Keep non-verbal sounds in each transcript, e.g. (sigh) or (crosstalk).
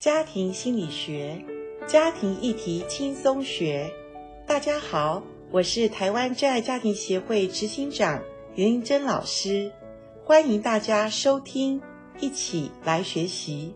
家庭心理学，家庭议题轻松学。大家好，我是台湾真爱家庭协会执行长袁英珍老师，欢迎大家收听，一起来学习。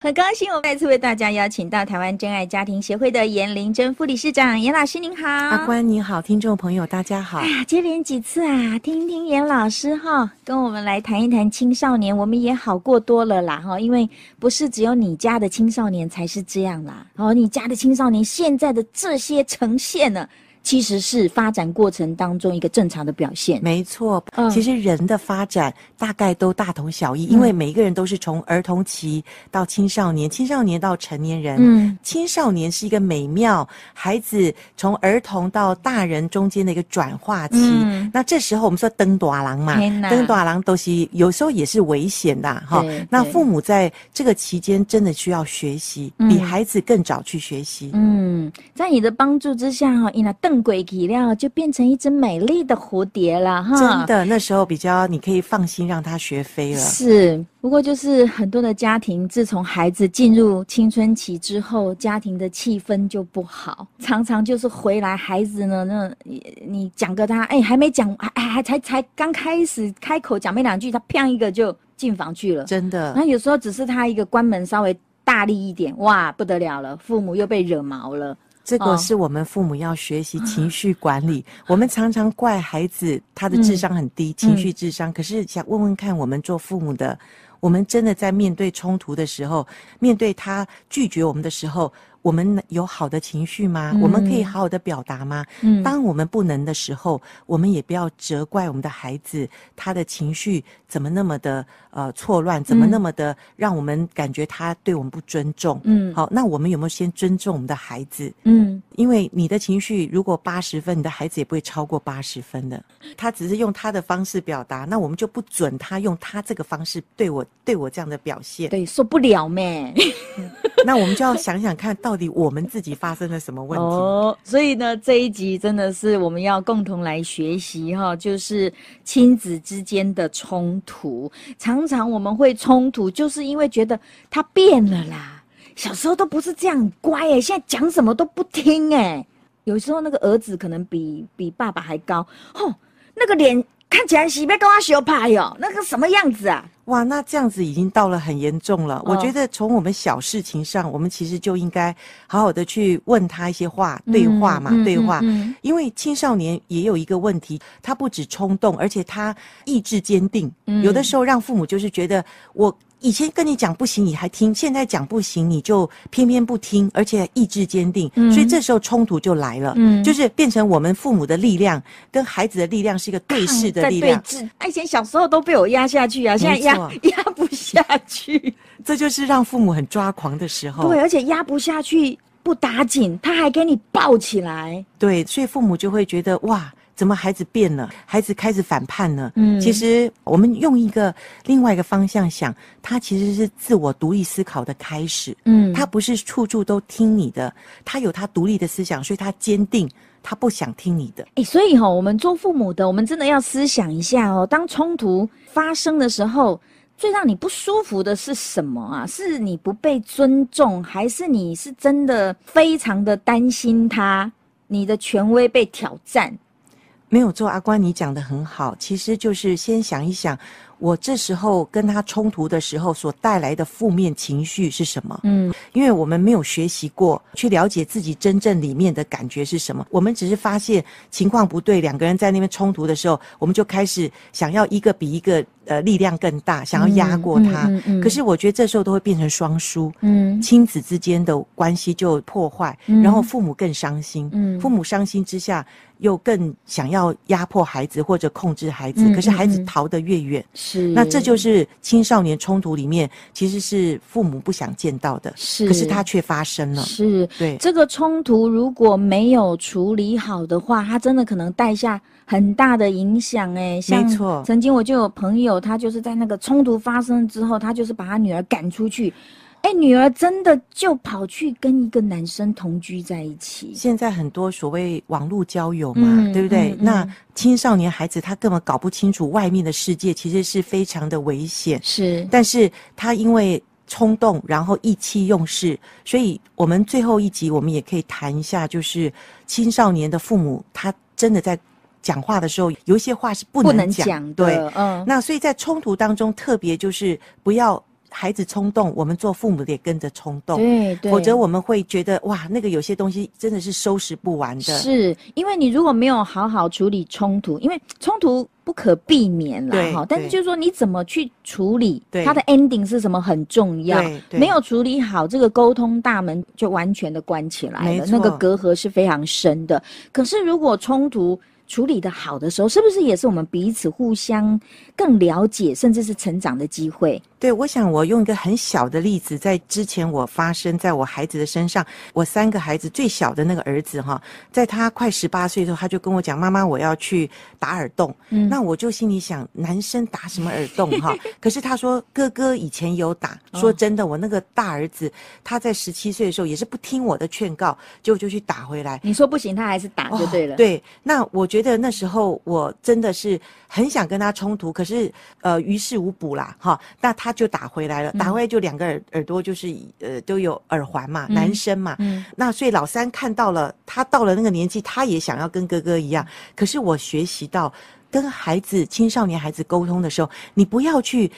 很高兴我再次为大家邀请到台湾真爱家庭协会的严玲珍副理事长，严老师您好。阿关你好，听众朋友大家 (laughs) 好。哎呀，接连几次啊，听听严老师哈，跟我们来谈一谈青少年，我们也好过多了啦哈，因为不是只有你家的青少年才是这样啦，哦，你家的青少年现在的这些呈现呢，其实是发展过程当中一个正常的表现。没错嗯，其实人的发展大概都大同小异，因为每一个人都是从儿童期到青少年，青少年到成年人。嗯，青少年是一个美妙孩子从儿童到大人中间的一个转化期。嗯那这时候我们说登短郎嘛天，哪登短郎都是有时候也是危险的哈对。那对父母在这个期间真的需要学习，嗯比孩子更早去学习。嗯，在你的帮助之下哈，伊那邓鬼体料就变成一只美丽的蝴蝶了哈。真的，那时候比较你可以放心让他学飞了。是，不过就是很多的家庭，自从孩子进入青春期之后，家庭的气氛就不好，常常就是回来孩子呢，那你你讲个他，哎，还没讲，还还才才刚开始开口讲没两句，他啪一个就进房去了。真的那，有时候只是他一个关门稍微大力一点，哇，不得了了，父母又被惹毛了。这哦个是我们父母要学习情绪管理。我们常常怪孩子他的嗯智商很低，情绪智商。可是想问问看，我们做父母的，我们真的在面对冲突的时候，面对他拒绝我们的时候，我们有好的情绪吗？嗯我们可以好好的表达吗？嗯，当我们不能的时候，我们也不要责怪我们的孩子，他的情绪怎么那么的呃错乱，怎么嗯那么的让我们感觉他对我们不尊重。嗯，，好，那我们有没有先尊重我们的孩子？嗯，因为你的情绪如果八十分，你的孩子也不会超过八十分的。他只是用他的方式表达，那我们就不准他用他这个方式对我对我这样的表现。对，受不了咩。那我们就要想想看，到底我们自己发生了什么 (laughs) 问题？哦，所以呢，这一集真的是我们要共同来学习哈，就是亲子之间的冲突。常常我们会冲突，就是因为觉得他变了啦，小时候都不是这样乖哎、现在讲什么都不听哎、有时候那个儿子可能比比爸爸还高，吼、那个脸看起来是被跟我学派哟，哦那个什么样子啊？哇，那这样子已经到了很严重了。我哦觉得从我们小事情上，我们其实就应该好好的去问他一些话，对话嘛，嗯对话。嗯嗯因为青少年也有一个问题，他不止冲动，而且他意志坚定。嗯有的时候让父母就是觉得，我以前跟你讲不行，你还听；现在讲不行，你就偏偏不听，而且意志坚定。嗯所以这时候冲突就来了，嗯就是变成我们父母的力量跟孩子的力量是一个对视的在力对量。峙，啊以前小时候都被我压下去啊，现在压没错 (laughs) 压不下去。这就是让父母很抓狂的时候。对，而且压不下去，不打紧，他还给你抱起来。对，所以父母就会觉得哇，怎么孩子变了？孩子开始反叛了。嗯其实我们用一个另外一个方向想，他其实是自我独立思考的开始。嗯他不是处处都听你的，他有他独立的思想，所以他坚定，他不想听你的。哎、所以哈、我们做父母的，我们真的要思想一下哦，当冲突发生的时候，最让你不舒服的是什么啊？是你不被尊重，还是你是真的非常的担心他，你的权威被挑战？没有错，阿关，你讲的很好。其实就是先想一想，我这时候跟他冲突的时候所带来的负面情绪是什么？嗯因为我们没有学习过去了解自己真正里面的感觉是什么，我们只是发现情况不对，两个人在那边冲突的时候，我们就开始想要一个比一个呃力量更大，想要压过他。嗯嗯嗯嗯可是我觉得这时候都会变成双输，嗯亲子之间的关系就破坏，嗯然后父母更伤心，嗯父母伤心之下又更想要压迫孩子或者控制孩子，嗯可是孩嗯子嗯逃得越远。是那这就是青少年冲突里面，其实是父母不想见到的，是可是它却发生了。是对，这个冲突如果没有处理好的话，它真的可能带下很大的影响。哎，像错曾经我就有朋友，他就是在那个冲突发生之后，他就是把他女儿赶出去。哎，女儿真的就跑去跟一个男生同居在一起。现在很多所谓网络交友嘛，嗯对不对？嗯嗯那青少年孩子他根本搞不清楚外面的世界，其实是非常的危险。是，但是他因为冲动，然后意气用事。所以，我们最后一集我们也可以谈一下，就是青少年的父母，他真的在讲话的时候，有一些话是不不能能讲。讲的，对，嗯，那所以在冲突当中，特别就是不要孩子冲动，我们做父母的也跟着冲动，对对，否则我们会觉得哇，那个有些东西真的是收拾不完的。是因为你如果没有好好处理冲突，因为冲突不可避免啦对哈，但是对就是说你怎么去处理，对它的 ending 是什么很重要对。对没有处理好，这个沟通大门就完全的关起来没了，错那个隔阂是非常深的。可是如果冲突处理的好的时候，是不是也是我们彼此互相更了解，甚至是成长的机会？对，我想我用一个很小的例子，在之前我发生在我孩子的身上，我三个孩子最小的那个儿子哈，在他快十八岁的时候，他就跟我讲：“妈妈，我要去打耳洞。”嗯那我就心里想，男生打什么耳洞哈？可是他说哥哥以前有打，说真的，我那个大儿子他在十七岁的时候也是不听我的劝告，结果就去打回来。你说不行，他还是打就对了。哦。对，那我觉得那时候我真的是很想跟他冲突，可是呃于事无补啦，哈。那他就打回来了，嗯打回来就两个耳耳朵就是呃都有耳环嘛，嗯男生嘛。嗯，那所以老三看到了，他到了那个年纪，他也想要跟哥哥一样。可是我学习到，跟孩子、青少年孩子沟通的时候，你不要去。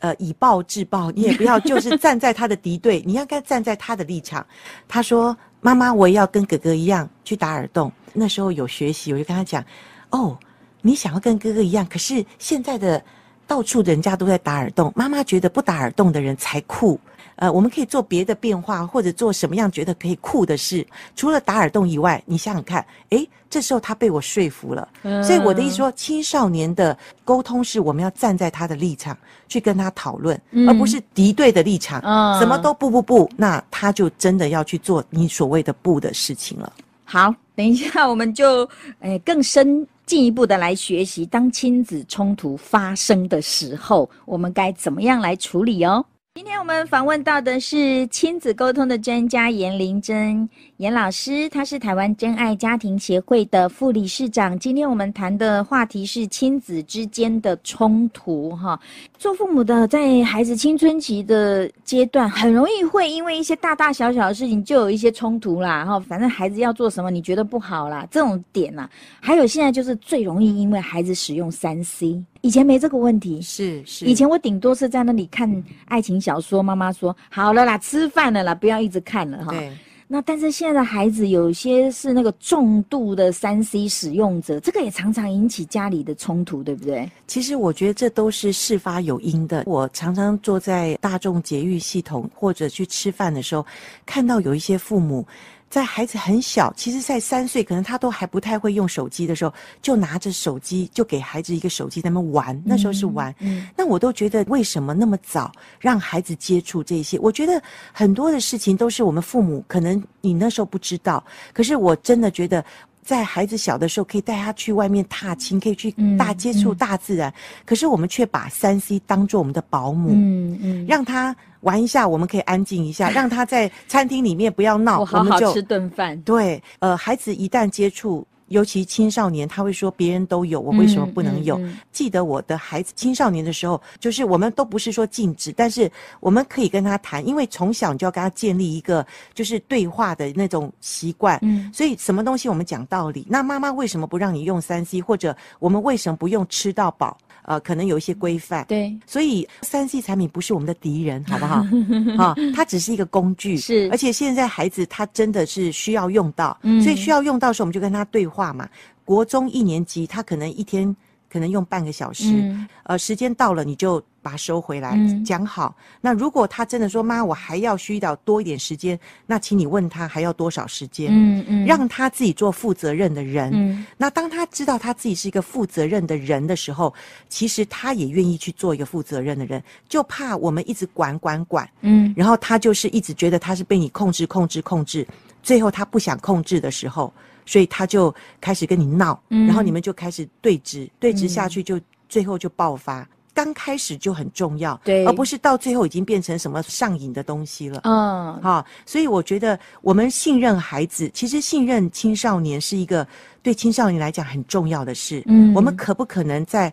呃，以暴制暴，你也不要就是站在他的敌对，你要该站在他的立场。他说：“妈妈，我也要跟哥哥一样去打耳洞。”那时候有学习，我就跟他讲：“哦，你想要跟哥哥一样，可是现在的到处人家都在打耳洞，妈妈觉得不打耳洞的人才酷。呃，我们可以做别的变化，或者做什么样觉得可以酷的事。除了打耳洞以外，你想想看，诶，这时候他被我说服了。嗯所以我的意思说，青少年的沟通是我们要站在他的立场去跟他讨论，嗯而不是敌对的立场，嗯什么都不不不，那他就真的要去做你所谓的不的事情了。好，等一下我们就诶、呃更深进一步的来学习，当亲子冲突发生的时候，我们该怎么样来处理哦。今天我们访问到的是亲子沟通的专家严玲珍严老师，她是台湾真爱家庭协会的副理事长。今天我们谈的话题是亲子之间的冲突，哈，做父母的在孩子青春期的阶段，很容易会因为一些大大小小的事情就有一些冲突啦。然后，反正孩子要做什么，你觉得不好啦，这种点啦。还有现在就是最容易因为孩子使用三 C，以前没这个问题。是是以前我顶多是在那里看爱情小说，妈妈说好了啦，吃饭了啦，不要一直看了哈。对那但是现在的孩子有些是那个重度的三 C 使用者，这个也常常引起家里的冲突，对不对？其实我觉得这都是事发有因的。我常常坐在大众节育系统或者去吃饭的时候，看到有一些父母。在孩子很小，其实在三岁，可能他都还不太会用手机的时候，就拿着手机就给孩子一个手机在那边玩，那时候是玩。嗯，那我都觉得为什么那么早让孩子接触这些？我觉得很多的事情都是我们父母可能你那时候不知道，可是我真的觉得。在孩子小的时候，可以带他去外面踏青，可以去嗯大接触嗯大自然。可是我们却把三 C 当做我们的保姆，嗯嗯，让他玩一下，我们可以安静一下，让他在餐厅里面不要闹，我好们好就吃顿饭。对，呃，孩子一旦接触，尤其青少年，他会说别人都有，我为什么不能有？嗯嗯嗯记得我的孩子青少年的时候，就是我们都不是说禁止，但是我们可以跟他谈，因为从小你就要跟他建立一个就是对话的那种习惯。嗯所以什么东西我们讲道理，那妈妈为什么不让你用三 C，或者我们为什么不用吃到饱？呃，可能有一些规范。对，所以三 C 产品不是我们的敌 (laughs) 人，好不好？ (laughs) 啊、它只是一个工具。是而且现在孩子他真的是需要用到，嗯所以需要用到的时候，我们就跟他对话嘛。国中一年级，他可能一天可能用半个小时，嗯呃，时间到了你就把它收回来，嗯讲好。那如果他真的说妈，我还要需要多一点时间，那请你问他还要多少时间，嗯嗯，让他自己做负责任的人。嗯那当他知道他自己是一个负责任的人的时候，其实他也愿意去做一个负责任的人，就怕我们一直管管管，嗯然后他就是一直觉得他是被你控制控制控制，最后他不想控制的时候，所以他就开始跟你闹，嗯然后你们就开始对峙，对峙嗯下去就、最后就爆发。刚开始就很重要，对而不是到最后已经变成什么上瘾的东西了。嗯，哈、所以我觉得我们信任孩子，其实信任青少年是一个对青少年来讲很重要的事。嗯我们可不可能在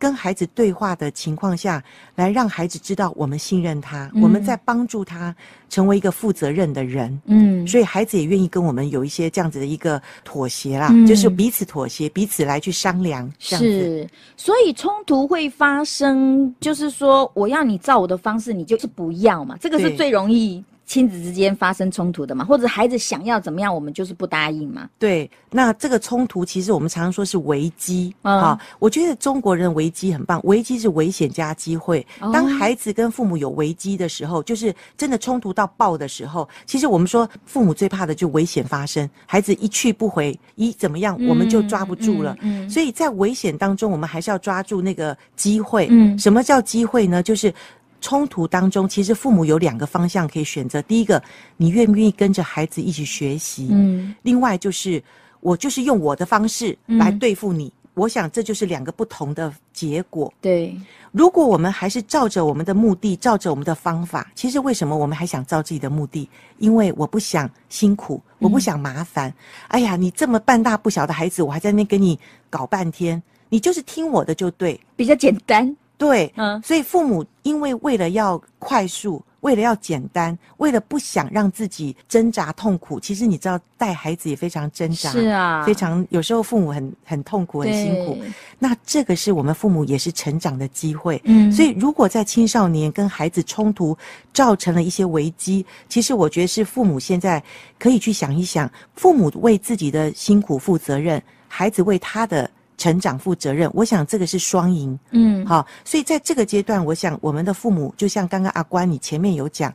跟孩子对话的情况下，来让孩子知道我们信任他，嗯我们在帮助他成为一个负责任的人。嗯，所以孩子也愿意跟我们有一些这样子的一个妥协啦，嗯就是彼此妥协，彼此来去商量这样子。是，所以冲突会发生，就是说我要你照我的方式，你就是不要嘛，这个是对最容易亲子之间发生冲突的嘛，或者孩子想要怎么样，我们就是不答应嘛。对，那这个冲突其实我们常常说是危机、嗯啊，我觉得中国人的危机很棒，危机是危险加机会。哦当孩子跟父母有危机的时候，就是真的冲突到爆的时候，其实我们说父母最怕的就危险发生，孩子一去不回，一怎么样我们就抓不住了。嗯，嗯所以在危险当中，我们还是要抓住那个机会。嗯什么叫机会呢？就是冲突当中，其实父母有两个方向可以选择。第一个，你愿不愿意跟着孩子一起学习？嗯另外就是，我就是用我的方式嗯来对付你。我想这就是两个不同的结果。对，如果我们还是照着我们的目的，照着我们的方法，其实为什么我们还想照自己的目的？因为我不想辛苦，嗯我不想麻烦。哎呀，你这么半大不小的孩子，我还在那边跟你搞半天，你就是听我的就对比较简单，对。嗯所以父母因为为了要快速，为了要简单，为了不想让自己挣扎痛苦，其实你知道带孩子也非常挣扎，是啊，非常有时候父母很很痛苦，很辛苦。对，那这个是我们父母也是成长的机会。嗯，所以，如果在青少年跟孩子冲突造成了一些危机，其实我觉得是父母现在可以去想一想，父母为自己的辛苦负责任，孩子为他的成长负责任。我想这个是双赢。嗯好，所以在这个阶段，我想我们的父母就像刚刚阿关你前面有讲，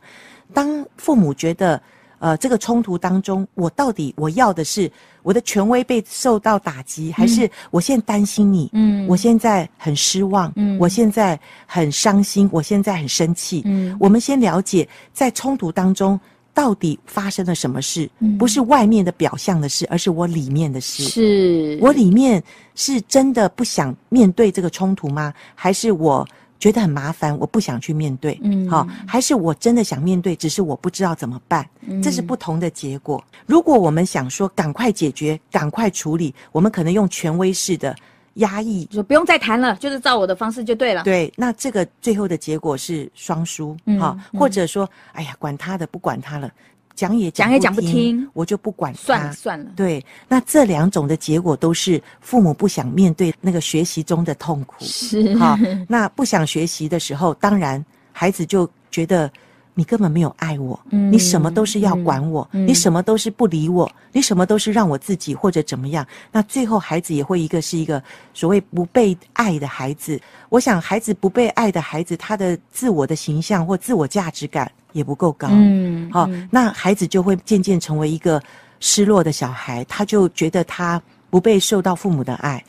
当父母觉得。呃，这个冲突当中，我到底我要的是我的权威被受到打击，还是我现在担心你？嗯，我现在很失望，嗯我现在很伤心，我现在很生气。嗯我们先了解在冲突当中到底发生了什么事，嗯不是外面的表象的事，而是我里面的事。是我里面是真的不想面对这个冲突吗？还是我觉得很麻烦，我不想去面对？嗯好、还是我真的想面对，只是我不知道怎么办。这是嗯不同的结果。如果我们想说赶快解决、赶快处理，我们可能用权威式的压抑，就不用再谈了，就是照我的方式就对了。对，那这个最后的结果是双输啊嗯哈，嗯或者说，哎呀，管他的，不管他了，讲也讲也讲不听我就不管他。算了算了，对，那这两种的结果都是父母不想面对那个学习中的痛苦。是好，那不想学习的时候，当然孩子就觉得你根本没有爱我，嗯你什么都是要管我，嗯嗯你什么都是不理我，你什么都是让我自己或者怎么样。那最后孩子也会一个是一个所谓不被爱的孩子。我想，孩子不被爱的孩子，他的自我的形象或自我价值感也不够高。嗯好、那孩子就会渐渐成为一个失落的小孩，他就觉得他不被受到父母的爱，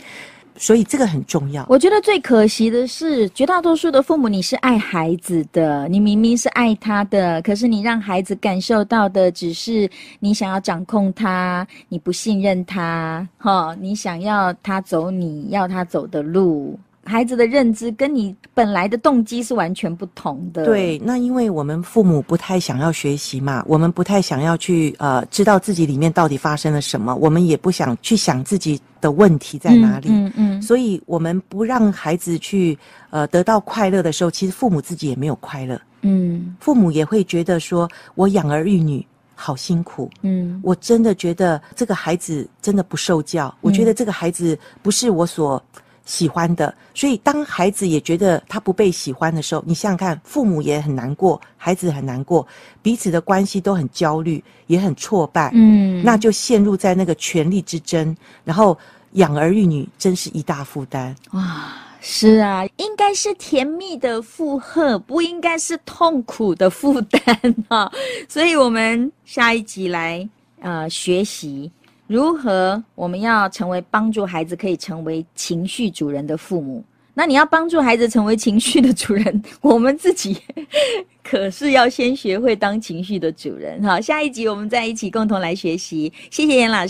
所以这个很重要。我觉得最可惜的是，绝大多数的父母，你是爱孩子的，你明明是爱他的，可是你让孩子感受到的只是你想要掌控他，你不信任他，哈，你想要他走你要他走的路，孩子的认知跟你本来的动机是完全不同的。，对，那因为我们父母不太想要学习嘛，我们不太想要去呃知道自己里面到底发生了什么，我们也不想去想自己的问题在哪里，嗯嗯嗯所以我们不让孩子去呃得到快乐的时候，其实父母自己也没有快乐，嗯父母也会觉得说我养儿育女好辛苦，嗯我真的觉得这个孩子真的不受教，我觉得这个孩子不是我所喜欢的，所以当孩子也觉得他不被喜欢的时候，你想想看，父母也很难过，孩子很难过，彼此的关系都很焦虑，也很挫败，嗯，那就陷入在那个权力之争，然后养儿育女真是一大负担。哇，是啊，应该是甜蜜的负荷，不应该是痛苦的负担啊。 (laughs) 所以，我们下一集来呃学习如何我们要成为帮助孩子可以成为情绪主人的父母。那你要帮助孩子成为情绪的主人，我们自己 (laughs) 可是要先学会当情绪的主人。好，下一集我们再一起共同来学习。谢谢严老师。